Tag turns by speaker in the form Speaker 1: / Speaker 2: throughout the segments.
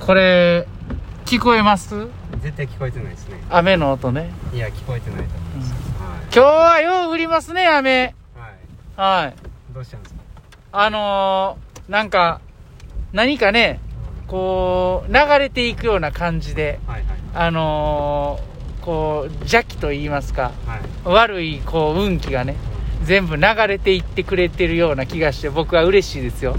Speaker 1: これ聞こえます
Speaker 2: 絶対聞こえてないですね
Speaker 1: 雨の音ね
Speaker 2: いや聞こえてないと思います、は
Speaker 1: 今日はよう降りますね雨
Speaker 2: い、はい、
Speaker 1: はい
Speaker 2: どうしたんですか、
Speaker 1: あのー、なんか何かねこう流れていくような感じで
Speaker 2: はいはい
Speaker 1: あのー、こう邪気と言いますか
Speaker 2: はい
Speaker 1: 悪いこう運気がね全部流れていってくれてるような気がして僕は嬉しいです よ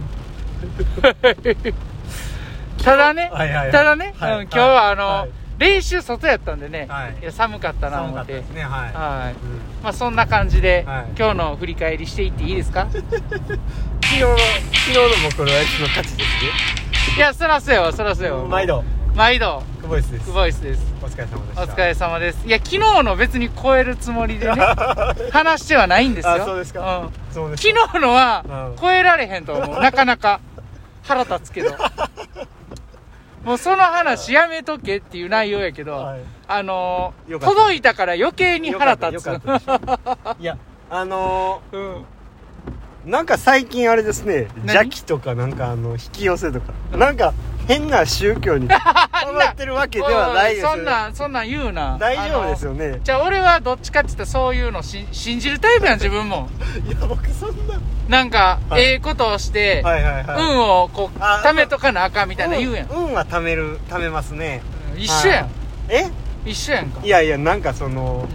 Speaker 1: ただね、
Speaker 2: はいはいはい
Speaker 1: ただね、
Speaker 2: は
Speaker 1: うん
Speaker 2: い
Speaker 1: 今日はあの、
Speaker 2: はい
Speaker 1: 練習外やったんでね、
Speaker 2: はい
Speaker 1: いや寒かったな
Speaker 2: 寒
Speaker 1: 思
Speaker 2: かっ
Speaker 1: ったて
Speaker 2: ですねはい、
Speaker 1: はい
Speaker 2: うん
Speaker 1: まあそんな感じで、
Speaker 2: はい
Speaker 1: 今日の振り返りしていっていいです か
Speaker 2: 昨日の昨日の僕のやつの勝ちです
Speaker 1: いやそらそうよそらそう
Speaker 2: ね
Speaker 1: よ
Speaker 2: 毎度
Speaker 1: 毎度
Speaker 2: 久保井です
Speaker 1: クボイスです
Speaker 2: お疲れ様でし
Speaker 1: お
Speaker 2: た
Speaker 1: 疲れ様ですいや昨日の別に超えるつもりでね 話してはないんですよ
Speaker 2: あそうですか
Speaker 1: ん
Speaker 2: そうです
Speaker 1: 昨日のは
Speaker 2: うん
Speaker 1: 超えられへんと思 うなかなか腹立つけどもうその話やめとけっていう内容やけど、
Speaker 2: はい
Speaker 1: あのー
Speaker 2: よかった
Speaker 1: 届いたから余計に腹立つ
Speaker 2: よかったよかったですいやあの
Speaker 1: うん
Speaker 2: ー、なんか最近あれですね
Speaker 1: 何
Speaker 2: 邪気とかなんかあの引き寄せとかなんか変な宗 教にハマってるわけではないです
Speaker 1: おいおいそ
Speaker 2: よ
Speaker 1: ん
Speaker 2: ね
Speaker 1: なんそんなん言うな
Speaker 2: 大丈夫です
Speaker 1: よ
Speaker 2: よね
Speaker 1: じゃあ俺はどっちかって言ったらそういうのし信じるタイプやん自分も
Speaker 2: いや僕そんな
Speaker 1: なんか、
Speaker 2: はい
Speaker 1: ええことをして、
Speaker 2: はいはいはい
Speaker 1: 運をこう
Speaker 2: あ
Speaker 1: 貯めとかなあかんみたいな言うやん、
Speaker 2: 運運は貯める貯めますね
Speaker 1: 一緒やん、
Speaker 2: はいえ
Speaker 1: 一緒やんか
Speaker 2: いやいやなんかその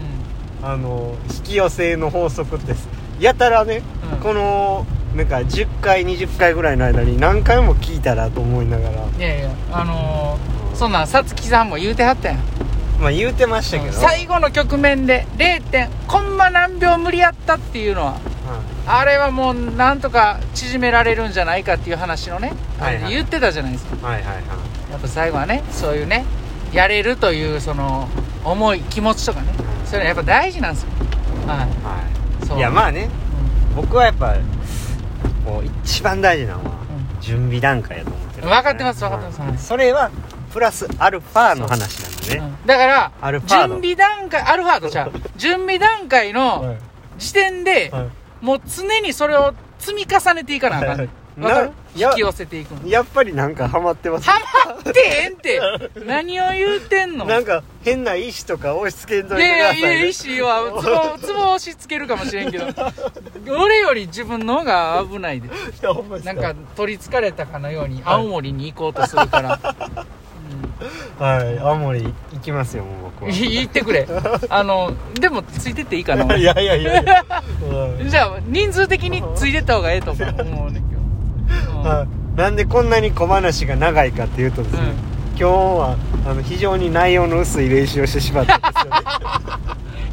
Speaker 1: う
Speaker 2: あの引き寄せの法則ですやたらね、
Speaker 1: うん
Speaker 2: このなんか10回20回ぐらいの間に何回も聞いたらと思いながら
Speaker 1: んいやいやあのー、そんなんさつきさんも言うてはったやん
Speaker 2: まあ言うてましたけど、
Speaker 1: 最後の局面で0点コンマ何秒無理やったっていうのは
Speaker 2: は
Speaker 1: あれはもうなんとか縮められるんじゃないかっていう話のね、
Speaker 2: はいはい
Speaker 1: 言ってたじゃないですか
Speaker 2: いはいはいはい
Speaker 1: やっぱ最後はねそういうねやれるというその思い気持ちとかねそれやっぱ大事なんですよは
Speaker 2: はい
Speaker 1: そう
Speaker 2: い
Speaker 1: い
Speaker 2: いやまあね
Speaker 1: う
Speaker 2: 僕はやっぱこう一番大事なの
Speaker 1: う
Speaker 2: は準備段階やと思ってるんでね、
Speaker 1: 分かってます分かってますはい
Speaker 2: それはプラスアルファの話なんでね、
Speaker 1: んうんだから
Speaker 2: アルファード
Speaker 1: 準備段階アルファードじゃう準備段階の時点で、
Speaker 2: はい
Speaker 1: もう常にそれを積み重ねていかなあかん
Speaker 2: はい
Speaker 1: わかる
Speaker 2: ないや
Speaker 1: 引き寄せていくの
Speaker 2: やっぱりなんかハマってます
Speaker 1: ハマってへん って何を言うてんの
Speaker 2: なんか変な意思とか押し付けんとい
Speaker 1: い
Speaker 2: てくだ
Speaker 1: や
Speaker 2: さい、
Speaker 1: い
Speaker 2: ね、
Speaker 1: やいや石はツボツボ押し付けるかもしれんけ ど俺より自分の方が危ないで
Speaker 2: いやほんまです
Speaker 1: な
Speaker 2: か
Speaker 1: んか取りつかれたかのように青森に行こうとするから、
Speaker 2: はい青森行きますよもう僕
Speaker 1: う
Speaker 2: は
Speaker 1: ん、い言ってくれあのでもついてっていいかな俺
Speaker 2: いやいやいやいや、はい
Speaker 1: じゃあ人数的についてった方がええと 思うねんけどうん
Speaker 2: はいなんでこんなに小話が長いかっていうとですね、
Speaker 1: うん
Speaker 2: 今日はあの非常に内容の薄い練習をしてしまったんで すよね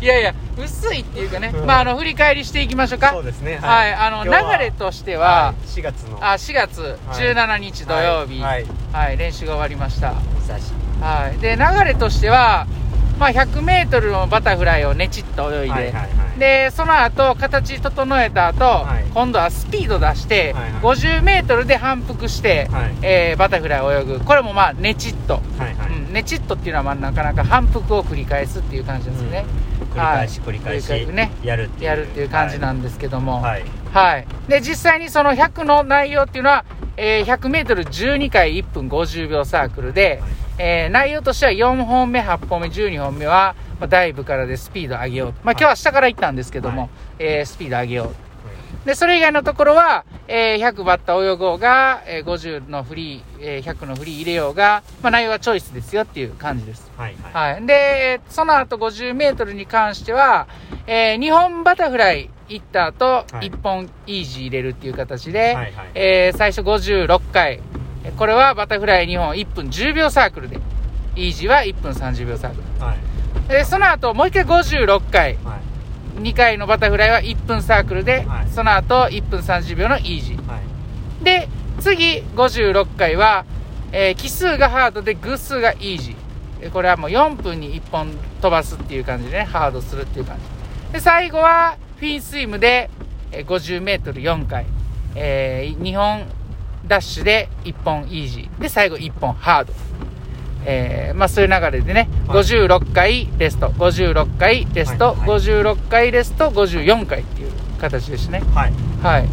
Speaker 1: いやいや薄いっていうかね、
Speaker 2: うん
Speaker 1: まああの振り返りしていきましょうか
Speaker 2: そうですね
Speaker 1: はい、あの
Speaker 2: 今日は
Speaker 1: 流れとして
Speaker 2: は
Speaker 1: は、
Speaker 2: い4月の
Speaker 1: あ4月17日土曜日、
Speaker 2: は
Speaker 1: はい
Speaker 2: い、はい
Speaker 1: 練習が終わりました、
Speaker 2: 久し
Speaker 1: はい、で流れとしては、まあ、100m のバタフライをねちっと泳いで、
Speaker 2: はいはいはい
Speaker 1: でその後形整えた後、
Speaker 2: い
Speaker 1: 今度はスピード出して、
Speaker 2: はいはい
Speaker 1: 50m で反復して、
Speaker 2: はい
Speaker 1: えーバタフライを泳ぐこれもまあねちっと、
Speaker 2: はいはい、
Speaker 1: うん、ねちっとっていうのはまあなかなか反復を繰り返すっていう感じですね、
Speaker 2: 繰り返し繰り返し、
Speaker 1: 繰り返しね
Speaker 2: やるっていう
Speaker 1: やるっていう感じなんんですけども、
Speaker 2: はい、はい
Speaker 1: はい。で、実際にその100の内容っていうのは、えー100メートル12回1分50秒サークルで、えー内容としては4本目、8本目、12本目は、まあ、ダイブからでスピード上げよう。まあ、今日は下から行ったんですけども、
Speaker 2: はい
Speaker 1: えースピード上げよう。で、それ以外のところは、えー100バッタ泳ごうが、えー50のフリー、えー100のフリー入れようが、まあ、内容はチョイスですよっていう感じです。
Speaker 2: はいはい
Speaker 1: はい。で、その後50メートルに関しては、えー、2本バタフライ行った後、
Speaker 2: はい
Speaker 1: 1本イージー入れるっていう形で、
Speaker 2: はいはい
Speaker 1: えー最初56回。えこれはバタフライ2本1分10秒サークルで、イージーは1分30秒サーク
Speaker 2: はい
Speaker 1: ル。で、その後もう一回56回。
Speaker 2: はい
Speaker 1: 2回のバタフライは1分サークルで、
Speaker 2: はい
Speaker 1: その後1分30秒のイージー。
Speaker 2: はい
Speaker 1: で、次56回は、えー奇数がハードで偶数がイージーえー。これはもう4分に1本飛ばすっていう感じでね、ハードするっていう感じ。で、最後はフィンスイムで、えー50メートル4回、えー2本ダッシュで1本イージー。で、最後1本ハード。えーまあそういう流れでね、
Speaker 2: はい
Speaker 1: 56回レスト、56回レス
Speaker 2: は
Speaker 1: ト、
Speaker 2: いはい
Speaker 1: 56回レスト、54回っていう形ですね。
Speaker 2: はい
Speaker 1: はい。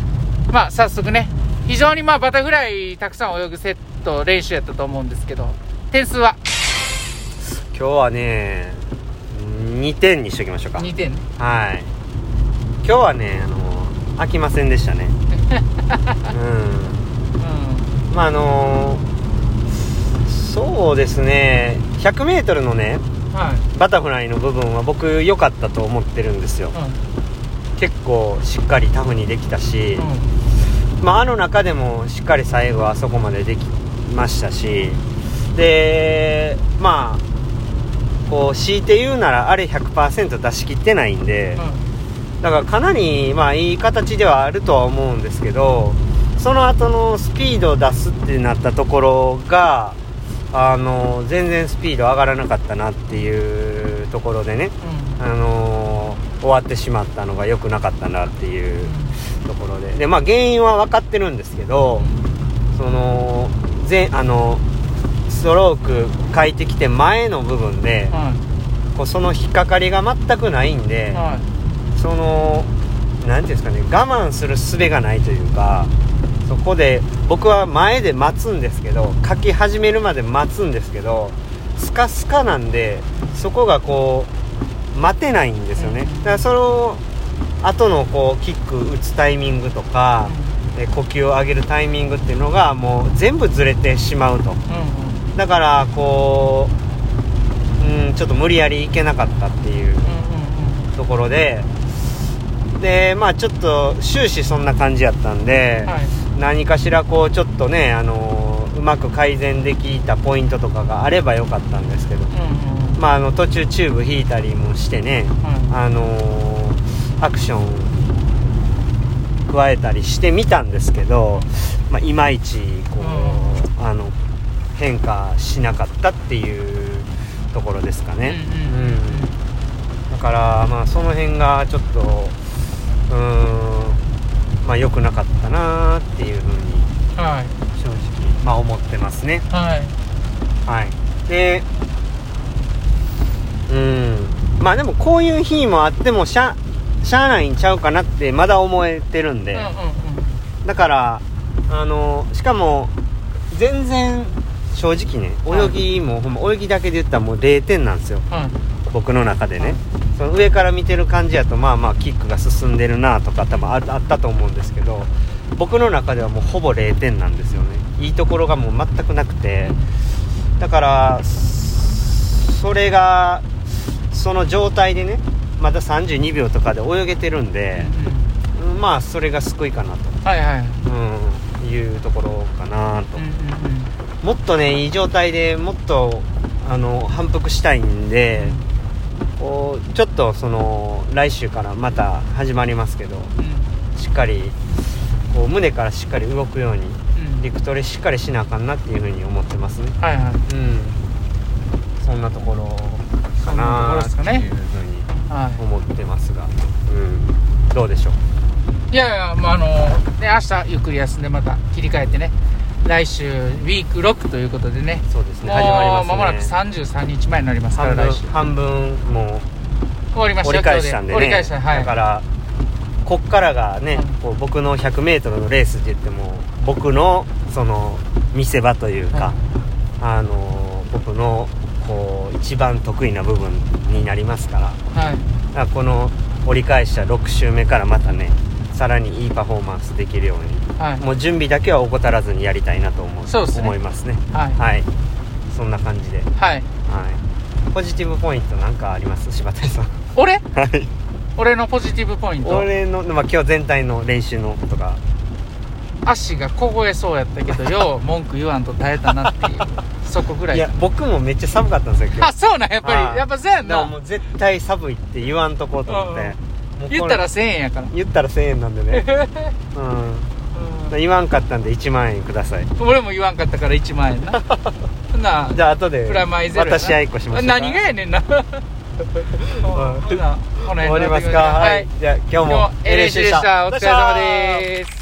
Speaker 1: まあ、早速ね、非常にまあ、バタフライたくさん泳ぐセッと練習やったと思うんですけど、点数は
Speaker 2: 今日はね2点にしときましょうか
Speaker 1: 2点ね。
Speaker 2: はい今日はねあの飽きませんでし たね
Speaker 1: うん。
Speaker 2: うんまああのそうですね 100m のね
Speaker 1: はい。
Speaker 2: バタフライの部分は僕良かったと思ってるんですよ
Speaker 1: う
Speaker 2: 結構しっかりタフにできたし、
Speaker 1: ん。うん。
Speaker 2: まあ、あの中でもしっかり最後はあそこまでできましたしでまあこう強いて言うならあれ100%出し切ってないんでだからかなりまあいい形ではあるとは思うんですけどその後のスピードを出すってなったところがあの全然スピード上がらなかったなっていうところでね
Speaker 1: うん。
Speaker 2: あの終わってしまったのが良くなかったなっていうところでで、まあ、原因は分かってるんですけどその前あのストローク変えてきて前の部分で
Speaker 1: は
Speaker 2: こうその引っかかりが全くないん
Speaker 1: い。
Speaker 2: で
Speaker 1: は
Speaker 2: その何ていうんですかね我慢する術がないというかそこで僕は前で待つんですけど書き始めるまで待つんですけどスカスカなんでそこがこう待てないんですよねだからそれを後のこうキック打つタイミングと
Speaker 1: い。
Speaker 2: か、え呼吸を上げるタイミングっていうのがもう全部ずれてしまうと
Speaker 1: うん。うん。
Speaker 2: だからこう、うん、ちょっと無理やりいけなかったっていう
Speaker 1: う
Speaker 2: ところででまあちょっと終始そんな感じやったんで、
Speaker 1: ん。はい。
Speaker 2: 何かしらこうちょっとねあのうまく改善できたポイントとかがあればよかったんですけど
Speaker 1: うん。うん。
Speaker 2: まああの途中チューブ引いたりもしてね
Speaker 1: は
Speaker 2: あのアクション加えたりしてみたんですけど、まあ、いまいちこう、あの変化しなかったっていうところですか
Speaker 1: い。
Speaker 2: ね。
Speaker 1: うんうん。
Speaker 2: うんだからまあその辺がちょっとうーんまあ良くなかったなっていうふうに
Speaker 1: はい。
Speaker 2: 正直まあ思ってますね
Speaker 1: はい。
Speaker 2: はいでうんまあでもこういう日もあってもしゃしゃあないんちゃうかなってまだ思えてるん
Speaker 1: う
Speaker 2: で、
Speaker 1: ん。うん。
Speaker 2: だからあのしかも全然正直ね泳ぎも、ほんま泳ぎだけで言ったらもう0点なんですよ
Speaker 1: うん。はい。
Speaker 2: 僕の中でねその上から見てる感じやとまあまあキックが進んでるなとか多分ああったと思うんですけど僕の中ではもうほぼ0点なんですよねいいところがもう全くなくてだからそれがその状態でねまだ32秒とかで泳げてるんでうんまあそれが救いかな
Speaker 1: はい。はい。
Speaker 2: と、うん、いうところかなと
Speaker 1: うん。うん。
Speaker 2: もっとねいい状態でもっとあの反復したいんでこうちょっとその来週からまた始まりますけどしっかりこう胸からしっかり動くように
Speaker 1: うん。うん。
Speaker 2: 陸トレしっかりしなあかんなっていうふうに思ってますね
Speaker 1: はい。はい。
Speaker 2: うんそんなところかなあっていうふうに
Speaker 1: はい。
Speaker 2: 思ってますが、うん、どうでしょう
Speaker 1: いやいや、まあ、あのね、明日ゆっくり休んでまた切り替えてね、来週、ウィーク6ということでね、
Speaker 2: そうですね
Speaker 1: も
Speaker 2: 始まりま
Speaker 1: う
Speaker 2: す
Speaker 1: 間
Speaker 2: ね
Speaker 1: もなく33日前になりますから、
Speaker 2: 半分
Speaker 1: 来週。
Speaker 2: 半分もう
Speaker 1: 終わりました
Speaker 2: 折り返したんでね
Speaker 1: 折り返した、はい。
Speaker 2: だからこっからがね
Speaker 1: うん
Speaker 2: こう僕の 100m のレースって言っても僕のその見せ場というか、あの僕のこう一番得意な部分になりますから
Speaker 1: はい。
Speaker 2: だからこの折り返した6周目からまたねさらにいいパフォーマンスできるように
Speaker 1: はい。
Speaker 2: もう準備だけは怠らずにやりたいなと思う
Speaker 1: そうですね
Speaker 2: 思いますね
Speaker 1: はい。
Speaker 2: はいそんな感じで、は
Speaker 1: はい。
Speaker 2: い、ポジティブポイントなんかあります柴田さん
Speaker 1: 俺
Speaker 2: はい
Speaker 1: 俺のポジティブポイント。
Speaker 2: 俺の、まあ、今日全体の練習のことが
Speaker 1: 足が凍えそうやったけど、よう文句言わんと耐えたなって いう、そこぐら
Speaker 2: い
Speaker 1: い
Speaker 2: や。僕もめっちゃ寒かったんですよ 今
Speaker 1: あ、
Speaker 2: 日
Speaker 1: そうなん、やっぱ
Speaker 2: あー
Speaker 1: り。やっぱそうやん
Speaker 2: だからも
Speaker 1: な。
Speaker 2: う絶対寒いって言わんとこうと思っ
Speaker 1: うん
Speaker 2: てもうこれ
Speaker 1: 言ったら1000円やから。
Speaker 2: 言ったら1000円なん でね、うん、言わんかったんで1万円ください
Speaker 1: うん俺も言わんかったから1万 円な。そんな
Speaker 2: じゃあ後で
Speaker 1: プラマイゼロやな
Speaker 2: 私あいこしましょうか
Speaker 1: 何がやねん なほなほなこの辺に
Speaker 2: 終わり
Speaker 1: な
Speaker 2: ま
Speaker 1: って
Speaker 2: す
Speaker 1: くだ
Speaker 2: か
Speaker 1: さい
Speaker 2: はいじゃあ今日
Speaker 1: 今
Speaker 2: も
Speaker 1: 日も LC でしたお疲れ様です